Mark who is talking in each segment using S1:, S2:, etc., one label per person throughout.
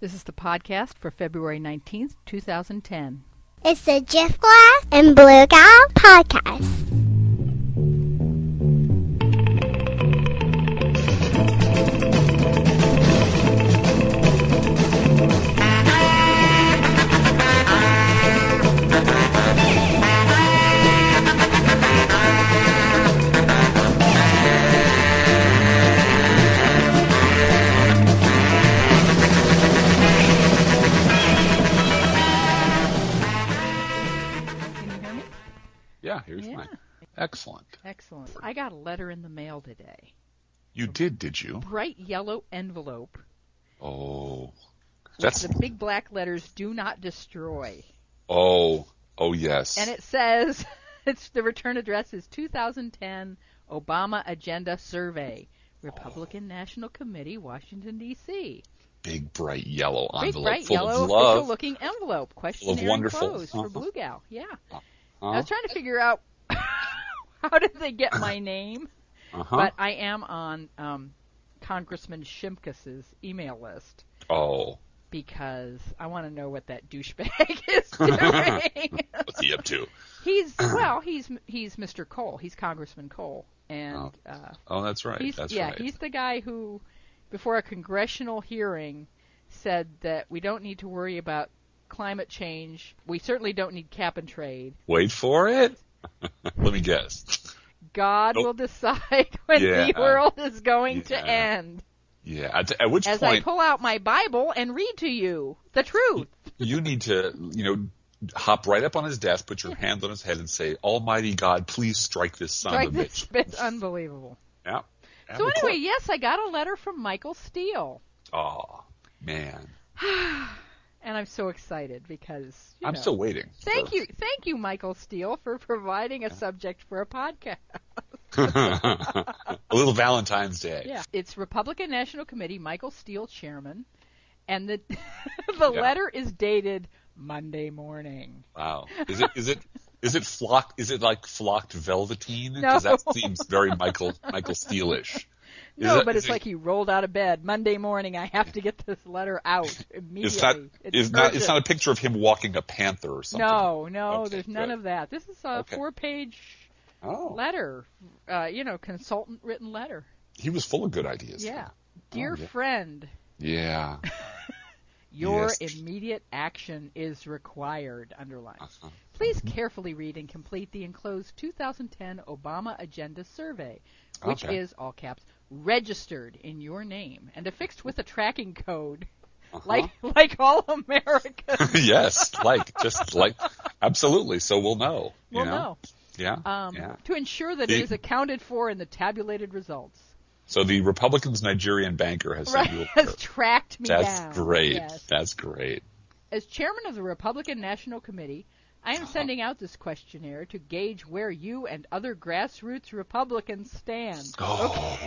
S1: This is the podcast for February 19th, 2010.
S2: It's the Jeff Glass and Blue Guy podcast.
S1: Can you hear me?
S3: Yeah, here's
S1: Yeah.
S3: mine. Excellent.
S1: Excellent. I got a letter in the mail today.
S3: You did, did you?
S1: Bright yellow envelope.
S3: Oh,
S1: That's
S3: that's
S1: the big black letters do not destroy.
S3: oh oh yes.
S1: And it says it's the return address is 2010 Obama Agenda Survey, Republican National Committee, Washington D.C.
S3: big bright yellow
S1: Big
S3: envelope
S1: bright
S3: full
S1: yellow
S3: of love.
S1: looking envelope. Questionnaire
S3: wonderful.
S1: enclosed for
S3: Uh-huh.
S1: Blue Gal. Yeah. I
S3: Huh?
S1: was trying to figure out how did they get my name?
S3: Uh-huh.
S1: But I am on um, Congressman Shimkus's email list
S3: oh,
S1: because I want to know what that douchebag is doing.
S3: what's he up to?
S1: he's well, he's he's Mr. Cole. He's Congressman Cole, and
S3: Oh,
S1: uh,
S3: Oh, that's right.
S1: he's
S3: that's
S1: yeah,
S3: right.
S1: he's the guy who, before a congressional hearing, said that we don't need to worry about climate change. We certainly don't need cap and trade.
S3: Wait for it. Let me guess.
S1: God
S3: Nope.
S1: will decide when the
S3: Yeah. uh,
S1: world is going
S3: Yeah.
S1: to end.
S3: Yeah. At, at which
S1: as I
S3: point
S1: pull out my Bible and read to you the truth.
S3: you need to, you know, hop right up on his desk, put your hand on his head, and say, "Almighty God, please strike this son
S1: Like
S3: of a
S1: this,
S3: bitch."
S1: it's unbelievable.
S3: Yeah.
S1: So anyway, yes, I got a letter from Michael Steele,
S3: Oh man,
S1: and I'm so excited because you
S3: I'm
S1: know,
S3: still waiting.
S1: Thank
S3: for-
S1: you, thank you, Michael Steele, for providing a subject for a podcast.
S3: a little Valentine's Day.
S1: Yeah, it's Republican National Committee, Michael Steele chairman, and the the
S3: Yeah.
S1: letter is dated Monday morning.
S3: Wow. Is it is it is it flocked is it like flocked velveteen?
S1: No.
S3: Because that seems very Michael Michael Steele-ish. Is
S1: No,
S3: it-
S1: but
S3: is
S1: it's
S3: it-
S1: like he rolled out of bed Monday morning. I have to get this letter out immediately.
S3: It's not
S1: It's
S3: it's not it's
S1: urgent.
S3: not a picture of him walking a panther or something.
S1: No, no,
S3: Okay,
S1: there's none
S3: good.
S1: of that. This is a
S3: Okay.
S1: four-page
S3: Oh.
S1: letter, uh, you know, consultant written letter.
S3: He was full of good ideas.
S1: Yeah. Dear
S3: Oh, yeah.
S1: friend,
S3: Yeah.
S1: your
S3: Yes.
S1: immediate action is required. Underline.
S3: Uh-huh.
S1: Please carefully read and complete the enclosed 2010 Obama Agenda Survey, which
S3: Okay.
S1: is all caps registered in your name and affixed with a tracking code,
S3: Uh-huh.
S1: like like all America.
S3: yes, like just like absolutely. So we'll know.
S1: Well,
S3: you know?
S1: no.
S3: Yeah.
S1: um,
S3: yeah.
S1: to ensure that it
S3: The-
S1: is accounted for in the tabulated results.
S3: So the Republicans Nigerian banker has
S1: Right,
S3: said you
S1: has tracked me
S3: That's
S1: down.
S3: great.
S1: Yes.
S3: That's great.
S1: As chairman of the Republican National Committee, I
S3: Uh-huh.
S1: am sending out this questionnaire to gauge where you and other grassroots Republicans stand.
S3: Oh.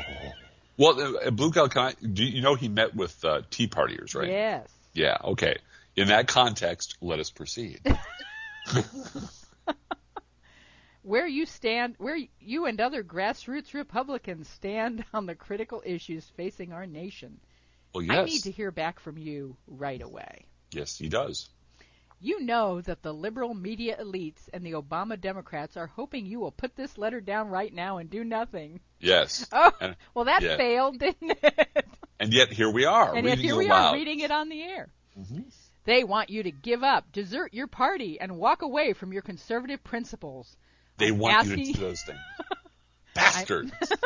S3: Well, uh, Blue Gal, can I, do you know he met with uh, Tea Partiers, right?
S1: Yes.
S3: Yeah, okay. In that context, let us proceed.
S1: Where you stand, where you and other grassroots Republicans stand on the critical issues facing our nation.
S3: Well,
S1: I need
S3: yes.
S1: to hear back from you right away.
S3: Yes, he does.
S1: You know that the liberal media elites and the Obama Democrats are hoping you will put this letter down right now and do nothing.
S3: Yes.
S1: Oh,
S3: And-
S1: well, that
S3: yeah.
S1: failed, didn't it?
S3: And yet here we are,
S1: and yet
S3: reading
S1: here
S3: it
S1: we
S3: aloud. Mm-hmm.
S1: are reading it on the air. They want you to give up, desert your party, and walk away from your conservative principles.
S3: They
S1: I'm
S3: want you
S1: asking-
S3: to do those things. Bastard. They're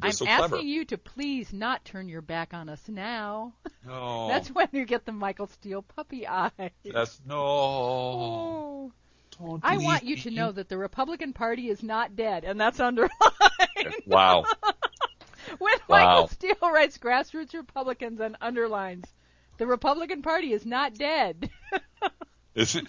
S1: I'm
S3: so
S1: asking
S3: clever.
S1: you to please not turn your back on us now.
S3: no.
S1: That's when you get the Michael Steele puppy eye.
S3: That's- no.
S1: Oh.
S3: Don't
S1: I
S3: leave
S1: want you to
S3: me.
S1: know that the Republican Party is not dead, and that's underlined.
S3: Wow.
S1: when
S3: Wow.
S1: Michael Steele writes grassroots Republicans and underlines, the Republican Party is not dead.
S3: This,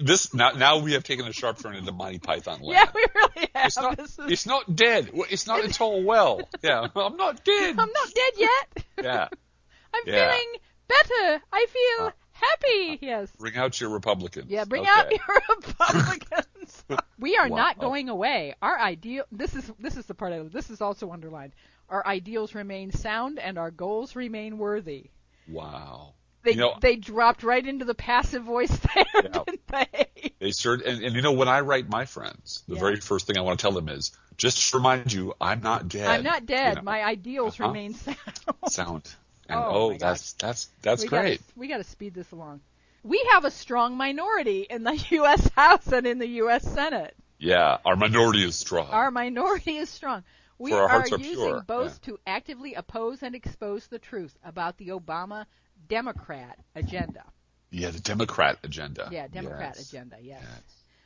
S3: this now, now we have taken a sharp turn into Monty Python land.
S1: yeah, we really have.
S3: It's not,
S1: This is-
S3: it's not dead. Well, It's not at all well. Yeah, I'm not dead.
S1: I'm not dead yet.
S3: Yeah,
S1: I'm
S3: Yeah.
S1: feeling better. I feel
S3: Uh,
S1: happy. Yes.
S3: bring out your Republicans.
S1: Yeah, bring
S3: Okay.
S1: out your Republicans. we are
S3: Wow.
S1: not going away. Our ideal this is this is the part I love. This is also underlined. Our ideals remain sound and our goals remain worthy.
S3: Wow.
S1: They
S3: You know-
S1: they dropped right into the passive voice there,
S3: Yeah.
S1: didn't they?
S3: They sure, and, and you know, when I write my friends, the
S1: Yeah.
S3: very first thing I want to tell them is just to remind you, I'm not dead.
S1: I'm not dead.
S3: You know,
S1: My ideals
S3: Uh-huh.
S1: remain sound.
S3: sound. And
S1: Oh,
S3: oh,
S1: my
S3: that's that's that's
S1: we
S3: great.
S1: Gotta, we got to speed this along. We have a strong minority in the U.S. House and in the U.S. Senate.
S3: Yeah, our minority is strong.
S1: Our minority is strong. We
S3: For our
S1: are
S3: hearts are
S1: using
S3: pure,
S1: both to actively oppose and expose the truth about the Obama Democrat agenda.
S3: yeah, the Democrat agenda.
S1: Yeah, Democrat
S3: Uh, Yes.
S1: agenda, yes.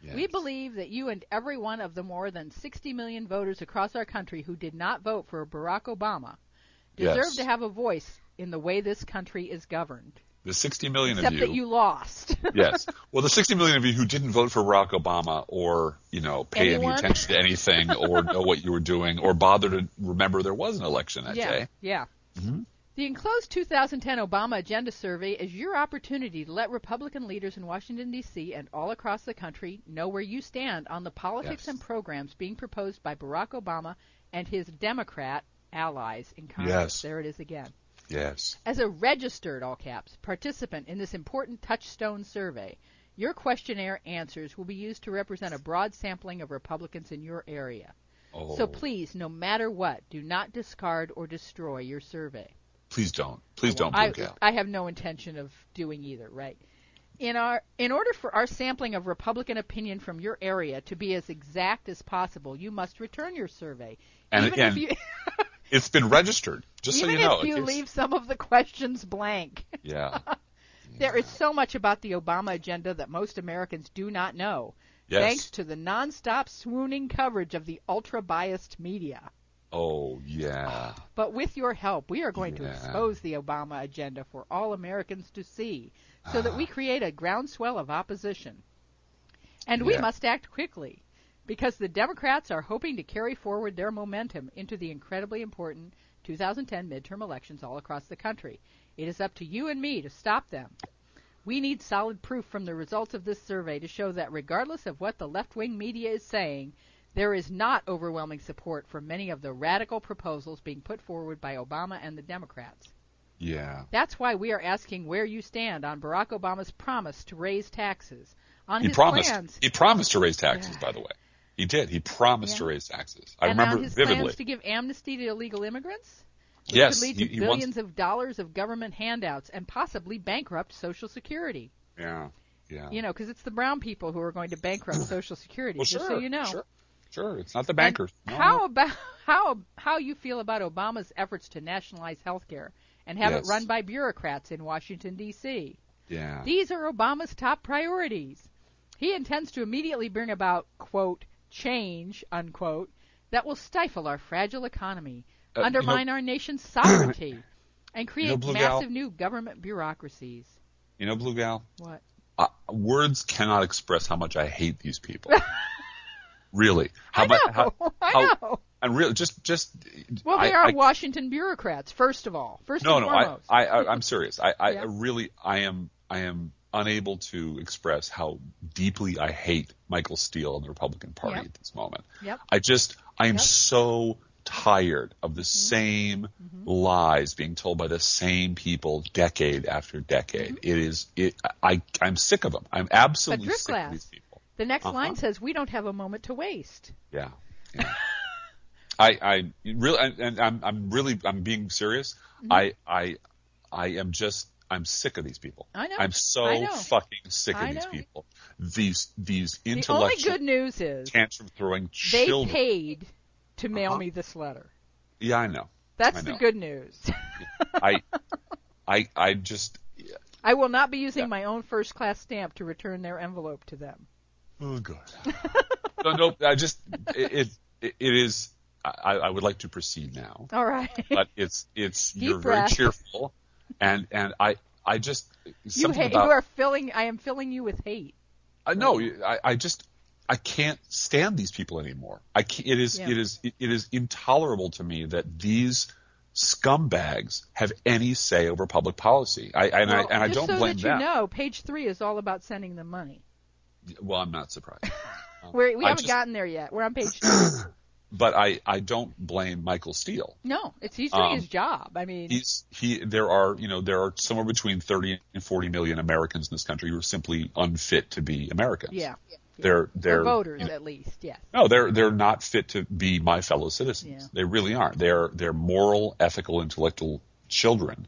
S3: Yes.
S1: We believe that you and every one of the more than 60 million voters across our country who did not vote for Barack Obama deserve
S3: Yes.
S1: to have a voice in the way this country is governed.
S3: the 60 million
S1: Except
S3: of
S1: that you lost.
S3: yes. Well, the 60 million of you who didn't vote for Barack Obama or, you know, pay
S1: Anyone?
S3: any attention to anything or know what you were doing or bother to remember there was an election that
S1: yeah,
S3: day. Mm-hmm.
S1: yeah. The enclosed 2010 Obama Agenda Survey is your opportunity to let Republican leaders in Washington, D.C. and all across the country know where you stand on the politics
S3: Yes.
S1: and programs being proposed by Barack Obama and his Democrat allies in Congress.
S3: Yes.
S1: There it is again.
S3: Yes.
S1: As a registered, all caps, participant in this important touchstone survey, your questionnaire answers will be used to represent a broad sampling of Republicans in your area.
S3: Oh,
S1: So please, no matter what, do not discard or destroy your survey.
S3: please don't. Please don't,
S1: I,
S3: Blue Gal.
S1: I have no intention of doing either, right? In our in order for our sampling of Republican opinion from your area to be as exact as possible, you must return your survey.
S3: And
S1: even
S3: again,
S1: if you
S3: It's been registered, just so
S1: even
S3: you know.
S1: if you
S3: It's-
S1: leave some of the questions blank.
S3: Yeah.
S1: There is so much about the Obama agenda that most Americans do not know,
S3: Yes.
S1: thanks to the nonstop swooning coverage of the ultra biased media.
S3: Oh, yeah.
S1: But with your help, we are going to
S3: Yeah.
S1: expose the Obama agenda for all Americans to see so that we create a groundswell of opposition. And we
S3: Yeah.
S1: must act quickly because the Democrats are hoping to carry forward their momentum into the incredibly important 2010 midterm elections all across the country. It is up to you and me to stop them. We need solid proof from the results of this survey to show that regardless of what the left wing media is saying, there is not overwhelming support for many of the radical proposals being put forward by Obama and the Democrats.
S3: Yeah.
S1: That's why we are asking where you stand on Barack Obama's promise to raise taxes, on
S3: He
S1: his
S3: promised.
S1: plans,
S3: He promised to raise taxes, by the way. He did. He promised to
S1: Yeah.
S3: raise taxes. I
S1: and on
S3: remember
S1: his
S3: vividly.
S1: plans to give amnesty to illegal immigrants, which
S3: yes.
S1: could lead
S3: he,
S1: to
S3: he wants-
S1: billions of dollars of government handouts and possibly bankrupt Social Security.
S3: yeah. Yeah.
S1: You know, because it's the brown people who are going to bankrupt Social Security.
S3: well,
S1: just
S3: sure.
S1: so you know.
S3: Sure. Sure. It's not the
S1: And
S3: bankers. No, no.
S1: How about how how you feel about Obama's efforts to nationalize health care and have
S3: Yes.
S1: it run by bureaucrats in Washington D.C.
S3: Yeah.
S1: These are Obama's top priorities. He intends to immediately bring about quote change unquote that will stifle our fragile economy,
S3: Uh, you
S1: undermine our nation's sovereignty, and create
S3: Blue Gal-
S1: massive new government bureaucracies.
S3: You know, Blue Gal,
S1: What?
S3: uh, words cannot express how much I hate these people. really, how much?
S1: I know.
S3: How,
S1: I
S3: how-
S1: know.
S3: And really, just just.
S1: Well, they
S3: I-
S1: are
S3: I-
S1: Washington bureaucrats. First of all, first
S3: no,
S1: and
S3: no. I,
S1: foremost.
S3: I, I, I'm serious. I, I
S1: Yeah.
S3: really, I am, I am unable to express how deeply I hate Michael Steele and the Republican Party
S1: Yep.
S3: at this moment.
S1: Yep.
S3: I just, I
S1: Yep.
S3: am
S1: Mm-hmm.
S3: so tired of the same lies being told by the same people decade after decade. It is, it, I, I'm sick of them. I'm absolutely
S1: Mm-hmm. But
S3: sick
S1: Driftglass.
S3: of these people.
S1: The next
S3: Uh-huh.
S1: line says, "We don't have a moment to waste."
S3: Yeah. yeah. I, I really, and- and I'm, I'm really, I'm being serious.
S1: Mm-hmm.
S3: I, I, I am just, I'm sick of these people.
S1: I know.
S3: I'm so
S1: I know.
S3: fucking sick of
S1: I
S3: these
S1: know.
S3: people. These, these
S1: The only
S3: intellectual
S1: good news is
S3: tantrum throwing
S1: they
S3: children.
S1: paid to mail
S3: Uh-huh.
S1: me this letter.
S3: yeah, I know.
S1: That's
S3: I
S1: the
S3: know.
S1: good news.
S3: I, I, I just,
S1: I will not be using
S3: Yeah.
S1: my own first class stamp to return their envelope to them.
S3: oh god. no, no, I just, it, it, it is. I, I would like to proceed now.
S1: All right.
S3: but it's it's
S1: Deep
S3: you're
S1: breath.
S3: very cheerful, and and I I just
S1: you,
S3: something
S1: ha-
S3: about
S1: you are filling. I am filling you with hate.
S3: I know I I just I can't stand these people anymore. I ca- it is
S1: Yeah.
S3: it is it is intolerable to me that these scumbags have any say over public policy. I and
S1: Well,
S3: I and I
S1: just
S3: don't
S1: so
S3: blame
S1: that
S3: them.
S1: you know, page three is all about sending them money.
S3: Well, I'm not surprised.
S1: We're, we
S3: Oh. I
S1: haven't
S3: just-
S1: gotten there yet. We're on page two.
S3: but I, I don't blame Michael Steele.
S1: No, it's he's doing
S3: Um,
S1: his job. I mean,
S3: He's he. There are you know there are somewhere between thirty and forty million Americans in this country who are simply unfit to be Americans.
S1: yeah,
S3: they're
S1: Or
S3: they're
S1: voters at least. Yes.
S3: no they're they're not fit to be my fellow citizens.
S1: Yeah.
S3: They really aren't. They're they're moral, ethical, intellectual children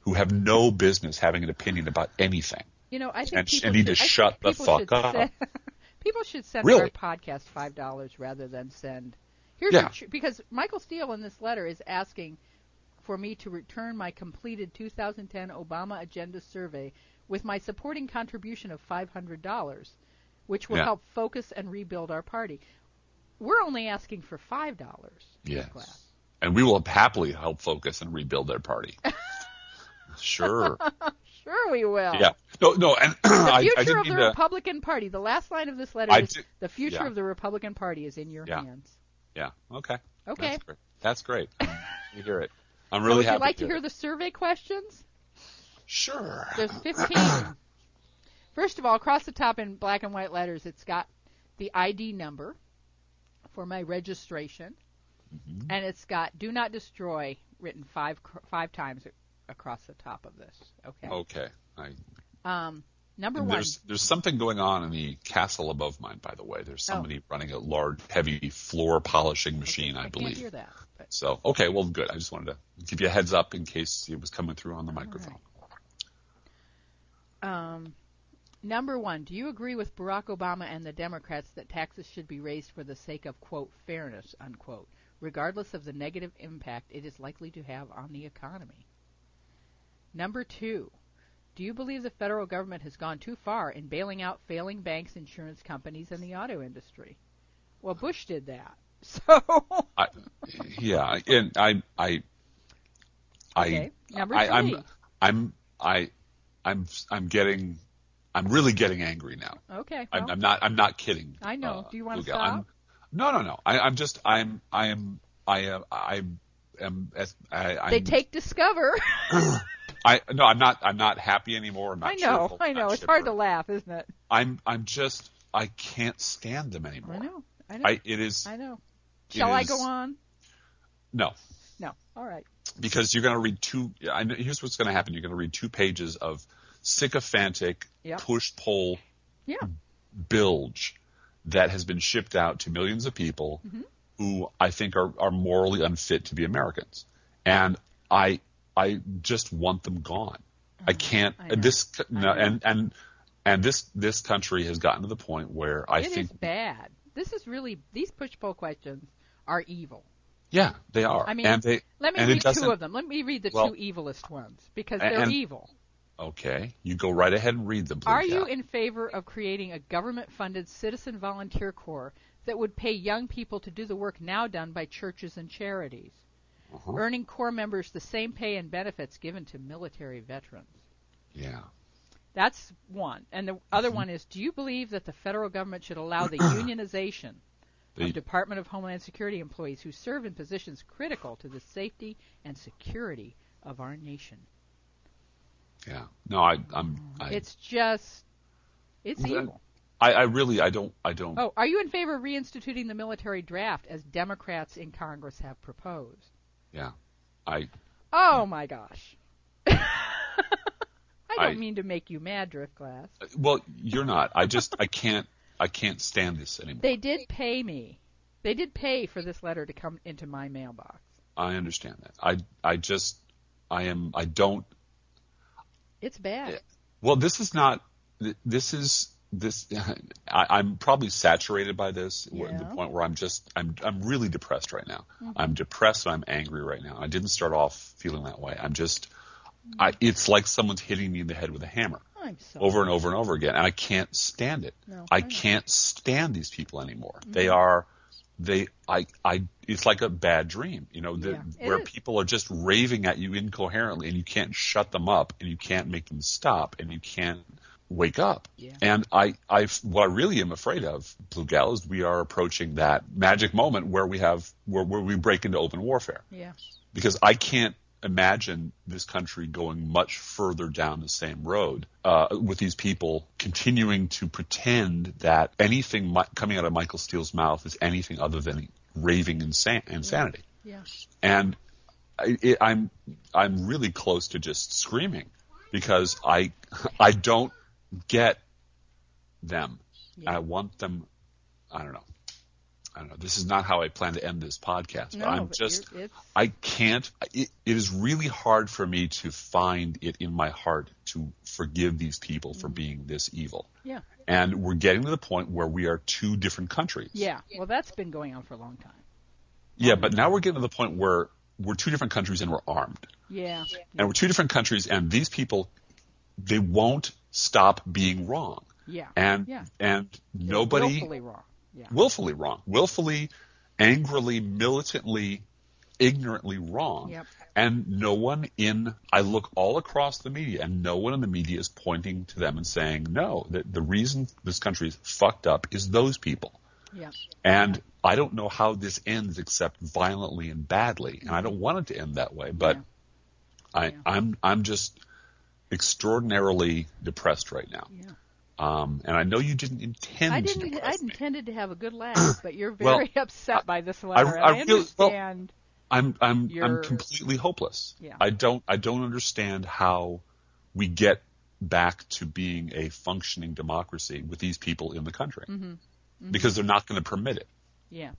S3: who have no business having an opinion about anything.
S1: You know, I think
S3: And sh-
S1: people
S3: and need
S1: should,
S3: to
S1: I
S3: shut
S1: think
S3: the
S1: people should
S3: fuck up.
S1: Send, people should send
S3: Really?
S1: our podcast five dollars rather than send. Here's
S3: Yeah.
S1: your tr- because Michael Steele in this letter is asking for me to return my completed 2010 Obama agenda survey with my supporting contribution of five hundred dollars, which will
S3: Yeah.
S1: help focus and rebuild our party. We're only asking for five dollars.
S3: Yes.
S1: Class.
S3: And we will happily help focus and rebuild their party. sure.
S1: Sure, we will.
S3: Yeah. No, no, and
S1: The
S3: I,
S1: future
S3: I didn't
S1: of the
S3: mean to.
S1: Republican Party. The last line of this letter
S3: I
S1: is
S3: did-
S1: the future
S3: yeah.
S1: of the Republican Party is in your
S3: Yeah.
S1: hands.
S3: Yeah. Okay.
S1: Okay.
S3: That's great. That's great. you hear it. I'm
S1: So
S3: really
S1: would
S3: happy
S1: you like to
S3: to
S1: hear
S3: it.
S1: the survey questions?
S3: Sure.
S1: There's 15. First of all, across the top in black and white letters, it's got the ID number for my registration,
S3: Mm-hmm.
S1: and it's got "Do not destroy" written five cr- five times a- across the top of this. Okay.
S3: Okay. I,
S1: Um, number
S3: Oh. and
S1: one.
S3: there's there's something going on in the castle above mine, by the way. There's
S1: Oh.
S3: somebody running a large, heavy floor polishing machine, I,
S1: I
S3: believe.
S1: can't hear that. But
S3: So okay, well, good. I just wanted to give you a heads up in case it was coming through on the microphone.
S1: Um, number one, do you agree with Barack Obama and the Democrats that taxes should be raised for the sake of, quote, fairness, unquote, regardless of the negative impact it is likely to have on the economy? Number two, do you believe the federal government has gone too far in bailing out failing banks, insurance companies, and the auto industry? Well, Bush did that. So,
S3: I, yeah, and I, I, I,
S1: Okay, number
S3: I, I'm,
S1: three.
S3: I'm, I, I'm, I'm getting, I'm really getting angry now.
S1: okay.
S3: I'm,
S1: well,
S3: I'm not, I'm not kidding.
S1: I know. Do you wanna
S3: Lugal. I'm-
S1: stop?
S3: No, no, no. I, I'm just, I'm, I am, I am, I am. as- I, I'm,
S1: they take Discover.
S3: I no, I'm not. I'm not happy anymore. I'm not
S1: I know.
S3: cheerful,
S1: I
S3: not
S1: know. It's hard
S3: chipper.
S1: to laugh, isn't it?
S3: I'm. I'm just. I can't stand them anymore.
S1: I know. I know.
S3: I. It is.
S1: I know.
S3: It
S1: Shall I
S3: is-
S1: go on?
S3: No.
S1: No. All right.
S3: because you're going to read two. I know, here's what's going to happen: you're going to read two pages of sycophantic
S1: Yep.
S3: push pull
S1: Yeah.
S3: bilge that has been shipped out to millions of people
S1: Mm-hmm.
S3: who I think are, are morally unfit to be Americans, and I I just want them gone. I can't.
S1: Mm-hmm. I know.
S3: this no, and and and this this country has gotten to the point where I
S1: It is
S3: think
S1: bad. This is really these push pull questions are evil.
S3: yeah they are.
S1: I mean,
S3: and they,
S1: let me
S3: and it
S1: read two
S3: doesn't-
S1: of them. Let me read the
S3: Well-
S1: two evilest ones because
S3: A-
S1: they're
S3: and- oh,
S1: evil.
S3: Okay, you go right ahead and read them. Blue
S1: Are you
S3: Gal.
S1: in favor of creating a government-funded citizen volunteer corps that would pay young people to do the work now done by churches and charities,
S3: Uh-huh.
S1: earning corps members the same pay and benefits given to military veterans?
S3: Yeah.
S1: That's one. And the other one is, do you believe that the federal government should allow the unionization
S3: They-
S1: of Department of Homeland Security employees who serve in positions critical to the safety and security of our nation?
S3: Yeah. No, I, I'm. I,
S1: It's just, it's
S3: Well,
S1: evil.
S3: I, I really, I don't, I don't.
S1: Oh, are you in favor of reinstituting the military draft as Democrats in Congress have proposed?
S3: Yeah. I.
S1: Oh my gosh. I don't
S3: I-
S1: mean to make you mad, Driftglass.
S3: Well, you're not. I just, I can't, I can't stand this anymore.
S1: They did pay me. They did pay for this letter to come into my mailbox.
S3: I understand that. I, I just, I am, I don't.
S1: It's bad.
S3: Well, this is not. th- This is this. I, I'm probably saturated by this. wh- The
S1: Yeah.
S3: point where I'm just, I'm, I'm really depressed right now. I'm depressed and I'm angry right now. I didn't start off feeling that way. I'm just. I, it's like someone's hitting me in the head with a hammer.
S1: I'm sorry.
S3: over and over and over again, and I can't stand it.
S1: No, I
S3: I
S1: know. Mm-hmm.
S3: can't stand these people anymore. They are, they, I, I. It's like a bad dream, you know, the,
S1: Yeah, it
S3: where
S1: is.
S3: people are just raving at you incoherently, and you can't shut them up, and you can't make them stop, and you can't wake up.
S1: Yeah.
S3: And I, I, what I really am afraid of, Blue Gal, is we are approaching that magic moment where we have, where, where we break into open warfare
S1: Yeah.
S3: because I can't imagine this country going much further down the same road uh, with these people continuing to pretend that anything mi- coming out of Michael Steele's mouth is anything other than raving insan- insanity.
S1: Yeah.
S3: And I, it, I'm I'm really close to just screaming because I I don't get them.
S1: Yeah.
S3: I want them. I don't know. I don't know. This is not how I plan to end this podcast.
S1: No,
S3: but I'm
S1: but
S3: just.
S1: you're- it's-
S3: I can't. It, it is really hard for me to find it in my heart to forgive these people
S1: Mm-hmm.
S3: for being this evil.
S1: Yeah.
S3: And we're getting to the point where we are two different countries.
S1: Yeah. Well, that's been going on for a long time.
S3: Yeah, but now we're getting to the point where we're two different countries and we're armed.
S1: Yeah.
S3: And we're two different countries and these people they won't stop being wrong.
S1: Yeah.
S3: And
S1: Yeah.
S3: and
S1: They're
S3: nobody
S1: willfully wrong. Yeah.
S3: willfully wrong, willfully, angrily, militantly, ignorantly wrong.
S1: Yep.
S3: And no one in, I look all across the media, and no one in the media is pointing to them and saying, no, the, the reason this country is fucked up is those people.
S1: Yeah.
S3: And I don't know how this ends except violently and badly, and I don't want it to end that way. But
S1: Yeah.
S3: I,
S1: Yeah.
S3: I'm I'm just extraordinarily depressed right now.
S1: Yeah.
S3: Um, and I know you didn't intend
S1: I
S3: to
S1: didn't. e-
S3: depress
S1: I
S3: me.
S1: intended to have a good laugh, but you're
S3: Well,
S1: very upset by this letter. and
S3: I
S1: I
S3: really- well-
S1: understand.
S3: I'm I'm
S1: You're-
S3: I'm completely hopeless.
S1: Yeah.
S3: I don't I don't understand how we get back to being a functioning democracy with these people in the country
S1: Mm-hmm.
S3: because they're not going to permit it,
S1: yeah.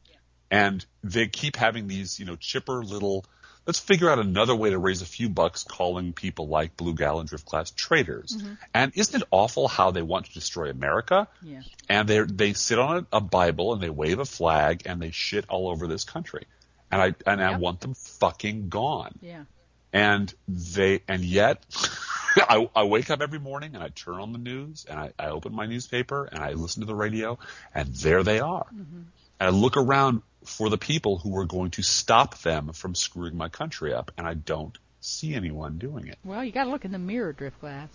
S3: and they keep having these you know chipper little. Let's figure out another way to raise a few bucks calling people like Blue Gal and Drift Class traitors.
S1: Mm-hmm.
S3: And isn't it awful how they want to destroy America?
S1: Yeah.
S3: and they they sit on a, a Bible and they wave a flag and they shit all over this country, and I and I
S1: Yep.
S3: want them fucking gone.
S1: Yeah.
S3: And they and yet, I, I wake up every morning and I turn on the news and I, I open my newspaper and I listen to the radio and there they are.
S1: Mm-hmm.
S3: And I look around for the people who are going to stop them from screwing my country up, and I don't see anyone doing it.
S1: Well, you got to look in the mirror, drift glass.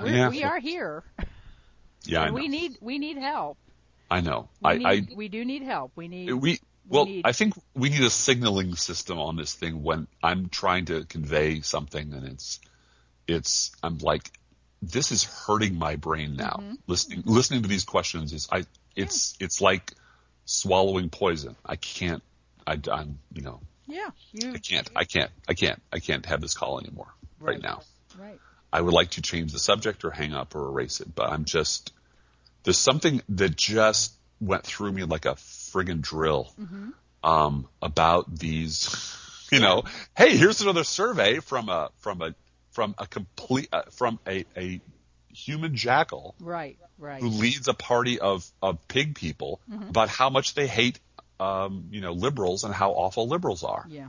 S1: We're,
S3: Yeah.
S1: We are here.
S3: Yeah, I know.
S1: we need. We need help.
S3: I know.
S1: We,
S3: I,
S1: need,
S3: I
S1: we do need help. We need.
S3: we well
S1: need-
S3: i think we need a signaling system on this thing when i'm trying to convey something and it's it's i'm like this is hurting my brain now listening listening to these questions is i it's it's like swallowing poison i can't I, i'm you know
S1: yeah. You
S3: i can't i can't i can't i can't have this call anymore Mm-hmm. right,
S1: Right.
S3: now
S1: right.
S3: i would like to change the subject or hang up or erase it but i'm just there's something that just went through me like a friggin' drill um, about these. You know, hey, here's another survey from a from a from a complete uh, from a, a human jackal
S1: Right. Right.
S3: who leads a party of of pig people about how much they hate um, you know liberals and how awful liberals are.
S1: Yeah.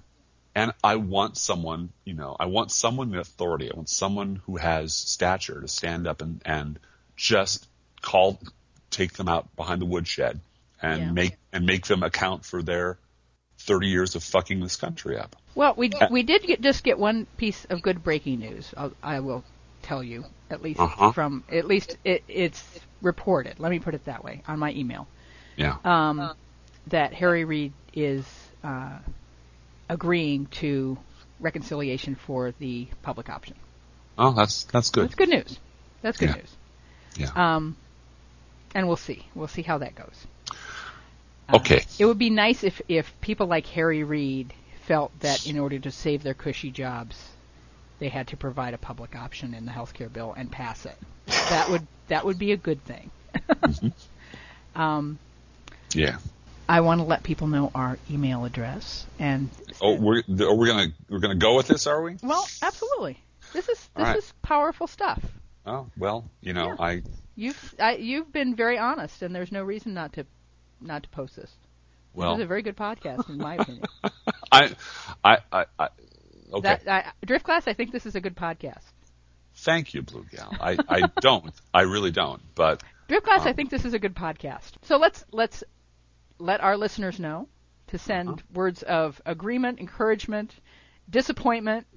S3: And I want someone, you know, I want someone in authority. I want someone who has stature to stand up and, and just call, take them out behind the woodshed and
S1: Yeah.
S3: make, and make them account for their 30 years of fucking this country up.
S1: Well, we we did get, just get one piece of good breaking news. I'll, I will tell you at least
S3: Uh-huh.
S1: from at least it, it's reported. Let me put it that way on my email
S3: Yeah.
S1: um, that Harry Reid is uh, agreeing to reconciliation for the public option.
S3: oh, that's, that's good.
S1: That's good news. That's good
S3: Yeah.
S1: news.
S3: Yeah.
S1: Um, and we'll see. We'll see how that goes. Uh,
S3: okay.
S1: It would be nice if, if people like Harry Reid felt that in order to save their cushy jobs, they had to provide a public option in the health care bill and pass it. That would that would be a good thing.
S3: Mm-hmm.
S1: um,
S3: Yeah.
S1: I want to let people know our email address and
S3: Oh, we're, th- are we going to, we're going to go with this, are we?
S1: well, absolutely. This is
S3: All
S1: this
S3: right.
S1: is powerful stuff.
S3: Oh, well, you know,
S1: Yeah.
S3: I,
S1: You've I, you've been very honest, and there's no reason not to not to post this.
S3: well,
S1: this is a very good podcast, in my opinion.
S3: I, I, I, I, okay.
S1: That I, Drift Class, I think this is a good podcast.
S3: Thank you, Blue Gal. I, I don't. I really don't. But
S1: Drip Class, I think this is a good podcast. So let's let's let our listeners know to send
S3: Uh-huh.
S1: words of agreement, encouragement, disappointment,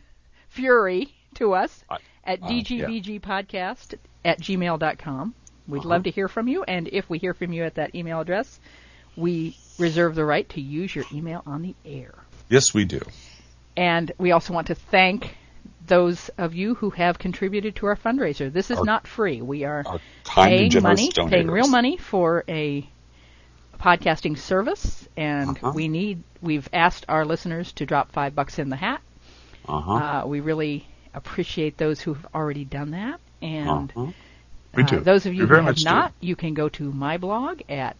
S1: fury to us
S3: I-
S1: at
S3: uh,
S1: dgbgpodcast at gmail.com. We'd
S3: Uh-huh.
S1: love to hear from you, and if we hear from you at that email address, we reserve the right to use your email on the air.
S3: yes, we do.
S1: And we also want to thank those of you who have contributed to our fundraiser. This
S3: Oh.
S1: is not free. We are
S3: Our kind and
S1: paying
S3: generous
S1: money,
S3: donors.
S1: paying real money for a podcasting service, and
S3: Uh-huh.
S1: we need. We've asked our listeners to drop five bucks in the hat.
S3: Uh-huh.
S1: Uh, we really appreciate those who have already done that, and
S3: uh-huh. We
S1: uh,
S3: do.
S1: those of
S3: We
S1: you who
S3: very
S1: have
S3: much do.
S1: not, you can go to my blog at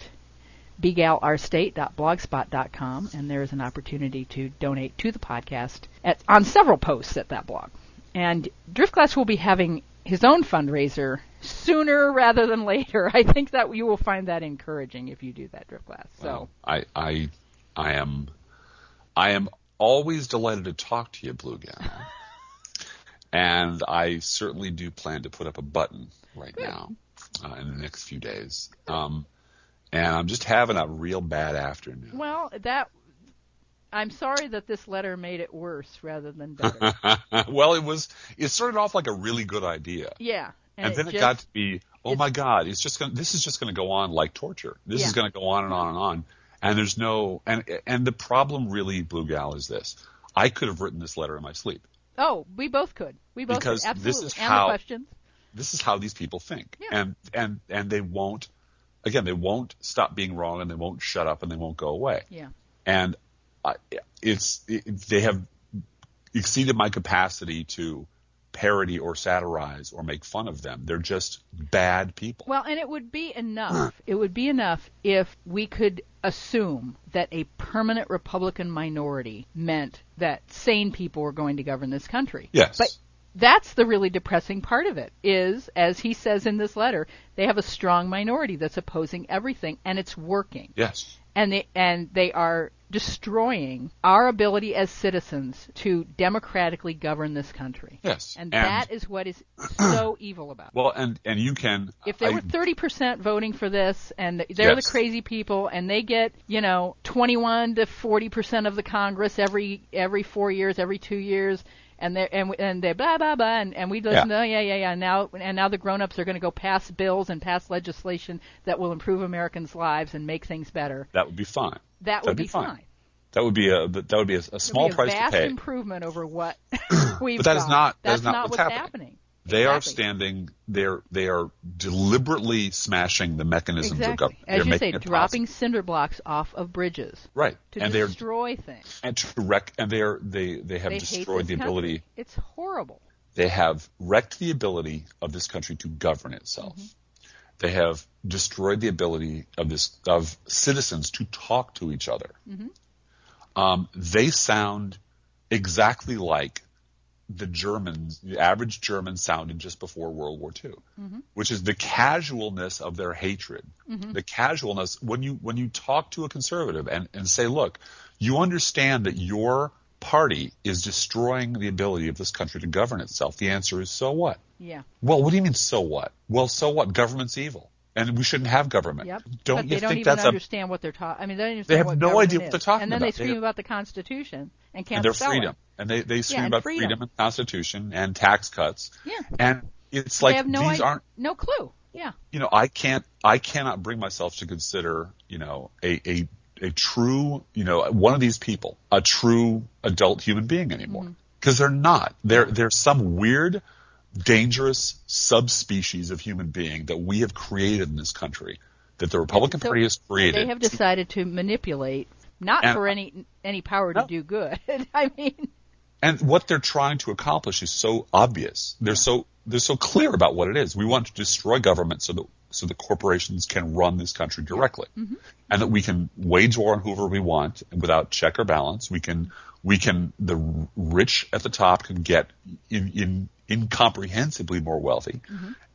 S1: begalourState.blogspot.com, and there is an opportunity to donate to the podcast at, on several posts at that blog. And Driftglass will be having his own fundraiser sooner rather than later. I think that you will find that encouraging if you do that, Driftglass. So
S3: I I I am I am always delighted to talk to you, Blue Gal. and I certainly do plan to put up a button right now uh, in the next few days. Um, and I'm just having a real bad afternoon.
S1: Well, that I'm sorry that this letter made it worse rather than better.
S3: well, it was it started off like a really good idea,
S1: yeah,
S3: and, then it
S1: just-
S3: got to be, oh
S1: it's-
S3: my God, it's just gonna, this is just going to go on like torture. This
S1: Yeah.
S3: is going to go on and on and on. And there's no and and the problem really, Blue Gal, is this. I could have written this letter in my sleep.
S1: Oh, we both could. We both
S3: Because
S1: could.
S3: this
S1: absolutely.
S3: is
S1: and
S3: how-
S1: the questions.
S3: This is how these people think,
S1: Yeah.
S3: and and and they won't. Again, they won't stop being wrong, and they won't shut up, and they won't go away.
S1: Yeah.
S3: and I, it's it, they have exceeded my capacity to parody or satirize or make fun of them. They're just bad people.
S1: Well, and it would be enough. it would be enough if we could assume that a permanent Republican minority meant that sane people were going to govern this country.
S3: Yes.
S1: But that's the really depressing part of it is as he says in this letter, they have a strong minority that's opposing everything and it's working.
S3: yes.
S1: and they and they are destroying our ability as citizens to democratically govern this country.
S3: Yes.
S1: And, that is what is so evil about. it.
S3: well, and and you can
S1: if there
S3: I-
S1: were 30% voting for this and th- they're
S3: Yes.
S1: the crazy people and they get, you know, 21 to 40% of the Congress every every 4 years, every 2 years and they and we- and they blah blah blah and, and we listen to, oh, yeah yeah yeah now and now the grown-ups are going to go pass bills and pass legislation that will improve Americans' lives and make things better.
S3: that would be fine.
S1: That would
S3: That'd be fine.
S1: fine.
S3: That would be a that would be a, a small
S1: be a
S3: price
S1: vast
S3: to pay.
S1: improvement over what we've
S3: But that is
S1: got.
S3: not- that
S1: that's
S3: is not
S1: what's
S3: what's
S1: happening.
S3: happening. They are
S1: Exactly.
S3: standing. They're they are deliberately smashing the mechanisms of
S1: Exactly.
S3: government.
S1: As
S3: they're
S1: you
S3: making
S1: say,
S3: it possible.
S1: dropping cinder blocks off of bridges
S3: right,
S1: to
S3: and they're
S1: destroy things.
S3: and to wreck and they are they they have
S1: They
S3: destroyed
S1: hate
S3: the
S1: this
S3: ability
S1: Country. It's horrible.
S3: they have wrecked the ability of this country to govern itself they have destroyed the ability of this of citizens to talk to each other um, they sound exactly like the Germans, the average German sounded just before World War II,
S1: Mm-hmm.
S3: which is the casualness of their hatred. The casualness when you when you talk to a conservative and, and say, look, you understand that your party is destroying the ability of this country to govern itself. The answer is so what?
S1: Yeah.
S3: Well, what do you mean so what? Well, so what? Government's evil. And we shouldn't have government.
S1: Yep.
S3: Don't
S1: but
S3: you
S1: they don't
S3: think
S1: even
S3: that's a
S1: understand what they're talking. I mean, they don't even
S3: They
S1: understand
S3: have
S1: what
S3: no
S1: government
S3: idea what
S1: is.
S3: they're talking
S1: And then
S3: about.
S1: they
S3: They
S1: scream
S3: have-
S1: about the Constitution and can't
S3: and their
S1: spell it.
S3: freedom. And they, they scream
S1: and
S3: about
S1: freedom.
S3: freedom. and constitution and tax cuts.
S1: Yeah.
S3: And it's
S1: they
S3: like
S1: have no
S3: these
S1: idea,
S3: aren't
S1: no clue. Yeah.
S3: you know, I can't I cannot bring myself to consider, you know, a, a a true, you know, one of these people, a true adult human being
S1: Mm-hmm.
S3: anymore. Because they're not. They're they're some weird, dangerous subspecies of human being that we have created in this country, that the Republican
S1: So
S3: Party has created.
S1: They have decided to manipulate, not
S3: And-
S1: for any any power to
S3: No.
S1: do good. I mean,
S3: and what they're trying to accomplish is so obvious. They're so they're so clear about what it is. We want to destroy government so that so that corporations can run this country directly, and that we can wage war on whoever we want without check or balance. We can we can the r- rich at the top can get in, in incomprehensibly more wealthy,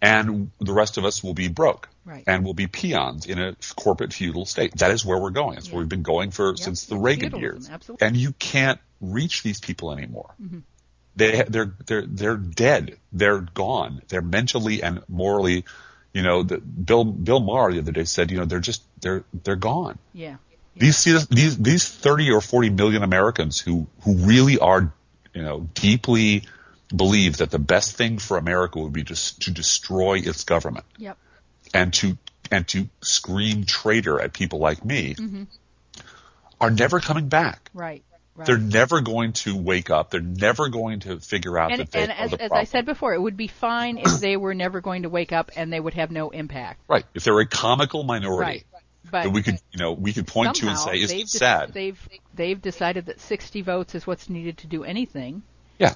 S3: and the rest of us will be broke
S1: Right.
S3: and will be peons in a corporate feudal state. That is where we're going. That's where we've been going for since the Reagan
S1: feudalism,
S3: years.
S1: absolutely. Mm-hmm.
S3: And you can't reach these people anymore. They they're they're they're dead. They're gone. They're mentally and morally, you know. The, Bill Bill Maher the other day said, you know, they're just they're they're gone.
S1: yeah.
S3: These citi- these these thirty or forty million Americans who who really are, you know, deeply believe that the best thing for America would be just to destroy its government
S1: Yep.
S3: and to and to scream traitor at people like me
S1: Mm-hmm.
S3: are never coming back.
S1: Right. Right.
S3: They're never going to wake up. They're never going to figure out
S1: and
S3: that they
S1: and
S3: are
S1: as,
S3: the
S1: as
S3: problem.
S1: I said before, it would be fine if they were never going to wake up and they would have no impact.
S3: right? If they're a comical minority,
S1: Right. But
S3: that we could, you know, we could point to and
S1: somehow
S3: say, isn't
S1: they've
S3: it
S1: de-
S3: sad?
S1: They've they've decided that 60 votes is what's needed to do anything,
S3: yeah.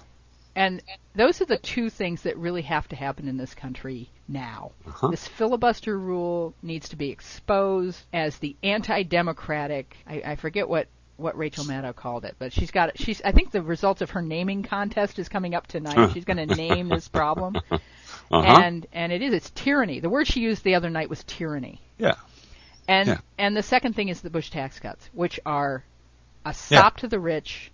S1: and those are the two things that really have to happen in this country now.
S3: Uh-huh.
S1: This filibuster rule needs to be exposed as the anti-democratic. I, I forget what. What Rachel Maddow called it, but she's got it. She's. I think the results of her naming contest is coming up tonight. She's going to name this problem,
S3: Uh-huh.
S1: and and it is. It's tyranny. The word she used the other night was tyranny.
S3: yeah.
S1: And
S3: Yeah.
S1: and the second thing is the Bush tax cuts, which are a stop to the rich.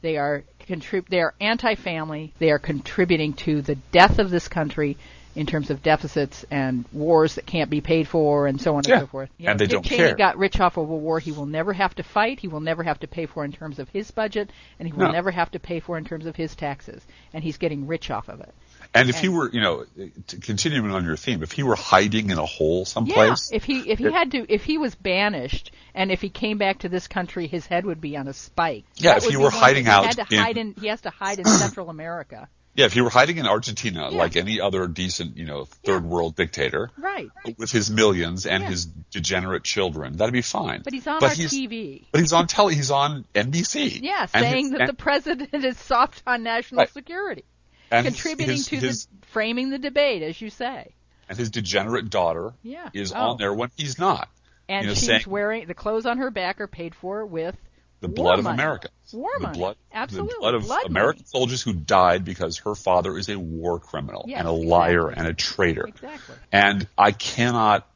S1: They are contrib- they are anti-family. They are contributing to the death of this country in terms of deficits and wars that can't be paid for and so on
S3: Yeah.
S1: and so forth.
S3: And they
S1: Dick
S3: don't
S1: Cheney
S3: care.
S1: got rich off of a war he will never have to fight, he will never have to pay for in terms of his budget, and he will
S3: No.
S1: never have to pay for in terms of his taxes. And he's getting rich off of it.
S3: And if he were, you know, t- continuing on your theme, if he were hiding in a hole someplace,
S1: Yeah, if he if he had to if he was banished and if he came back to this country, his head would be on a spike.
S3: Yeah,
S1: That
S3: if
S1: would
S3: you
S1: be
S3: were
S1: one-
S3: hiding
S1: he
S3: out
S1: had to
S3: in-
S1: hide in he has to hide in Central America.
S3: yeah, if he were hiding in Argentina
S1: Yeah.
S3: like any other decent, you know, third world dictator,
S1: Right,
S3: with his millions and
S1: Yeah.
S3: his degenerate children, that'd be fine.
S1: but he's on our
S3: he's-
S1: TV.
S3: But he's on tele. He's on NBC.
S1: Yeah,
S3: And
S1: saying
S3: his-
S1: that the
S3: and-
S1: president is soft on national
S3: Right.
S1: security,
S3: and his-
S1: contributing
S3: his-
S1: to
S3: his-
S1: the framing the debate, as you say.
S3: and his degenerate daughter
S1: Yeah.
S3: is
S1: Oh.
S3: on there when he's not.
S1: And
S3: you know,
S1: she's
S3: saying
S1: wearing the clothes on her back are paid for with
S3: the
S1: war
S3: blood of
S1: money.
S3: America.
S1: War
S3: the
S1: money.
S3: blood,
S1: Absolutely.
S3: The blood of
S1: Blood
S3: American
S1: money.
S3: soldiers who died because her father is a war criminal
S1: Yes,
S3: and a liar
S1: exactly.
S3: and a traitor.
S1: Exactly.
S3: And I cannot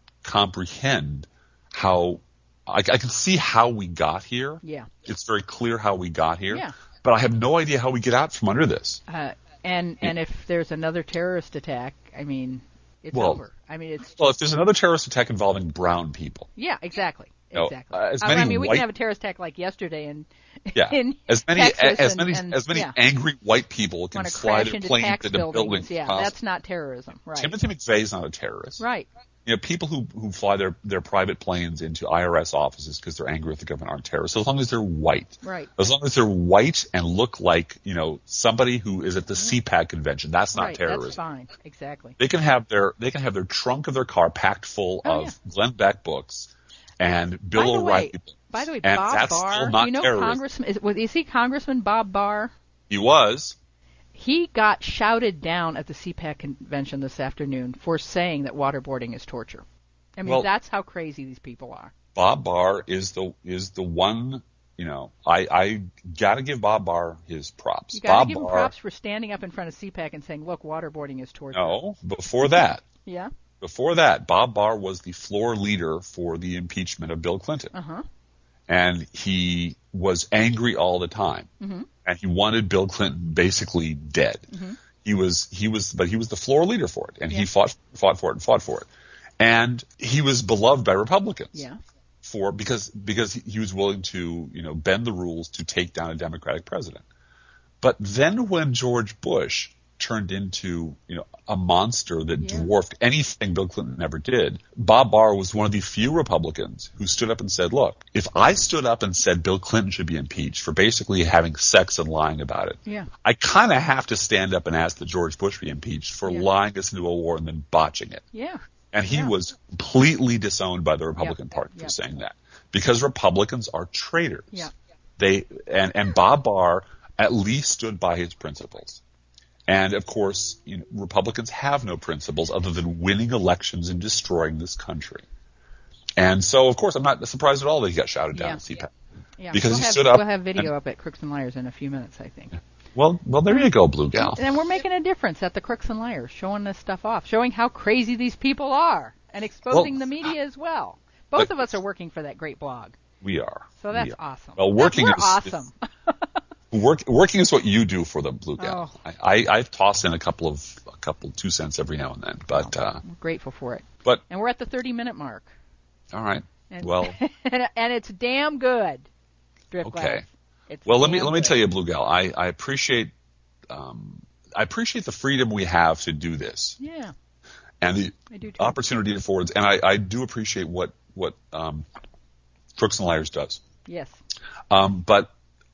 S3: comprehend how I, I can see how we got here.
S1: Yeah.
S3: It's very clear how we got here.
S1: Yeah.
S3: But I have no idea how we get out from under this.
S1: Uh, and and if there's another terrorist attack, I mean, it's
S3: Well-
S1: over. I mean, it's
S3: Well, if there's another terrorist attack involving brown people,
S1: Yeah, exactly.
S3: No,
S1: Exactly.
S3: uh, as
S1: I mean, I
S3: many
S1: mean, we
S3: white-
S1: can have a terrorist attack like yesterday and
S3: yeah,
S1: in
S3: as many
S1: Texas
S3: as
S1: and-
S3: many
S1: and-
S3: as many
S1: yeah,
S3: angry white people can
S1: want to
S3: fly
S1: crash
S3: their
S1: into
S3: planes
S1: tax
S3: into buildings.
S1: Yeah,
S3: constantly.
S1: that's not terrorism, right?
S3: Timothy McVeigh's not a terrorist.
S1: Right.
S3: You know, people who, who fly their, their private planes into IRS offices because they're angry with the government aren't terrorists, as long as they're white.
S1: Right.
S3: As long as they're white and look like, you know, somebody who is at the CPAC convention, that's not
S1: Mm-hmm. right. That's
S3: terrorism.
S1: fine. Exactly.
S3: They can have their they can have their trunk of their car packed full
S1: Oh,
S3: of Glenn Beck books and Bill
S1: by the
S3: O'Reilly.
S1: way, by the way,
S3: and
S1: Bob
S3: that's
S1: Barr.
S3: still not
S1: you know,
S3: terrorism.
S1: Congressman is, was- is he Congressman Bob Barr?
S3: He was.
S1: He got shouted down at the CPAC convention this afternoon for saying that waterboarding is torture. I mean,
S3: Well-
S1: that's how crazy these people are.
S3: Bob Barr is the is the one you know, I I gotta give Bob Barr his props.
S1: You got to
S3: Bob
S1: give him
S3: Barr
S1: props for standing up in front of CPAC and saying, "Look, waterboarding is torture."
S3: No, before that.
S1: Yeah.
S3: Before that, Bob Barr was the floor leader for the impeachment of Bill Clinton.
S1: Uh-huh.
S3: And he was angry all the time.
S1: Mm-hmm.
S3: And he wanted Bill Clinton basically dead. He was, he was, but he was the floor leader for it. And he
S1: Yeah.
S3: fought, fought for it and fought for it. And he was beloved by Republicans
S1: Yeah.
S3: for, because, because he was willing to, you know, bend the rules to take down a Democratic president. But then when George Bush turned into, you know, a monster that
S1: Yeah.
S3: dwarfed anything Bill Clinton ever did, Bob Barr was one of the few Republicans who stood up and said, look, if I stood up and said Bill Clinton should be impeached for basically having sex and lying about it,
S1: Yeah.
S3: I kind of have to stand up and ask that George Bush be impeached for
S1: Yeah.
S3: lying us into a war and then botching it.
S1: Yeah.
S3: And he
S1: Yeah.
S3: was completely disowned by the Republican Party for
S1: Yep.
S3: saying that because Republicans are traitors.
S1: Yeah.
S3: They and and Bob Barr at least stood by his principles. And of course, you know, Republicans have no principles other than winning elections and destroying this country. And so, of course, I'm not surprised at all that he got shouted down
S1: Yeah.
S3: at CPAC.
S1: Yeah,
S3: Because
S1: we'll
S3: he
S1: have,
S3: stood up
S1: We'll have video
S3: and-
S1: up at Crooks and Liars in a few minutes, I think.
S3: Well, well, there you go, Blue Gal.
S1: And we're making a difference at the Crooks and Liars, showing this stuff off, showing how crazy these people are, and exposing
S3: Well,
S1: the media as well. Both
S3: but-
S1: of us are working for that great blog,
S3: We are.
S1: so that's
S3: we are.
S1: awesome.
S3: Well, working
S1: we're
S3: is-
S1: awesome.
S3: Work, working is what you do for them, Blue Gal.
S1: Oh.
S3: I, I, I toss in a couple of a couple two cents every now and then, but uh,
S1: we're grateful for it,
S3: but
S1: and we're at the 30-minute mark,
S3: all right.
S1: And-
S3: Well,
S1: and, and it's damn good. Drip
S3: Okay.
S1: Glass. It's
S3: well, let me
S1: damn
S3: let me
S1: good.
S3: tell you, Blue Gal. I, I appreciate um, I appreciate the freedom we have to do this
S1: Yeah,
S3: and the
S1: I do too.
S3: opportunity it affords, and I, I do appreciate what what um, Crooks and Liars does.
S1: yes.
S3: Um, but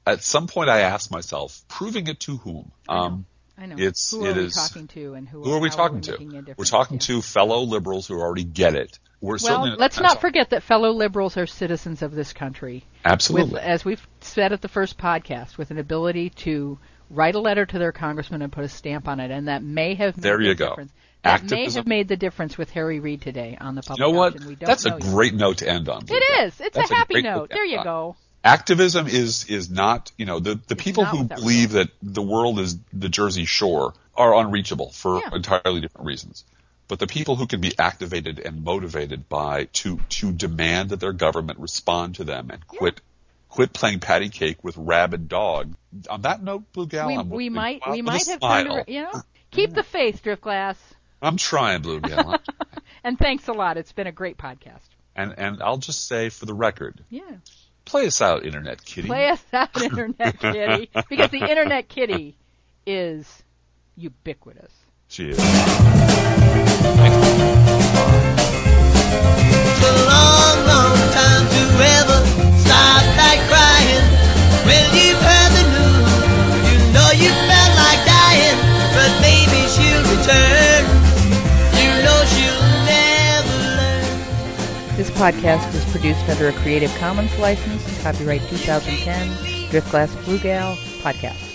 S3: at some point, I asked myself, proving it to whom? Um,
S1: I know.
S3: It's-
S1: who are
S3: it
S1: we
S3: is-
S1: talking to, and who,
S3: Who are we
S1: how
S3: talking
S1: making a
S3: to? We're
S1: difference?
S3: talking
S1: Yeah.
S3: to fellow liberals who already get it. We're certainly
S1: Well, let's
S3: I'm
S1: not
S3: sorry.
S1: forget that fellow liberals are citizens of this country.
S3: Absolutely.
S1: With, as we've said at the first podcast, with an ability to write a letter to their congressman and put a stamp on it, and that may have made
S3: There
S1: the
S3: you go.
S1: difference. That may
S3: Activism-
S1: have made the difference with Harry Reid today on the public
S3: you know what?
S1: option. uh, We don't
S3: That's
S1: know
S3: a
S1: yet.
S3: great note to end on.
S1: It is. It's
S3: That's
S1: a happy
S3: great Uh,
S1: note.
S3: to
S1: There
S3: end
S1: you
S3: on.
S1: go.
S3: Activism is is not you know the the people
S1: not
S3: who
S1: without
S3: believe that the world is the Jersey Shore are unreachable for
S1: Yeah.
S3: entirely different reasons. But the people who can be activated and motivated by to to demand that their government respond to them and quit quit playing patty cake with rabid dog. On that note, Blue Gal,
S1: We,
S3: I'm
S1: we
S3: waving
S1: might
S3: out
S1: we
S3: with a
S1: might have
S3: smile.
S1: turned around. You know, keep the faith, Driftglass.
S3: I'm trying, Blue Gal,
S1: And thanks a lot. It's been a great podcast.
S3: and and I'll just say for the record,
S1: Yeah.
S3: play us out, Internet Kitty.
S1: Play us that Internet Kitty because the Internet Kitty is ubiquitous.
S3: She is.
S4: It's a long, long time to ever start back crying. When you've heard the news, you know you felt like dying. But maybe she'll return. You know she'll never learn.
S5: This podcast is produced under a Creative Commons license, copyright 2010, Driftglass Blue Gal Podcast.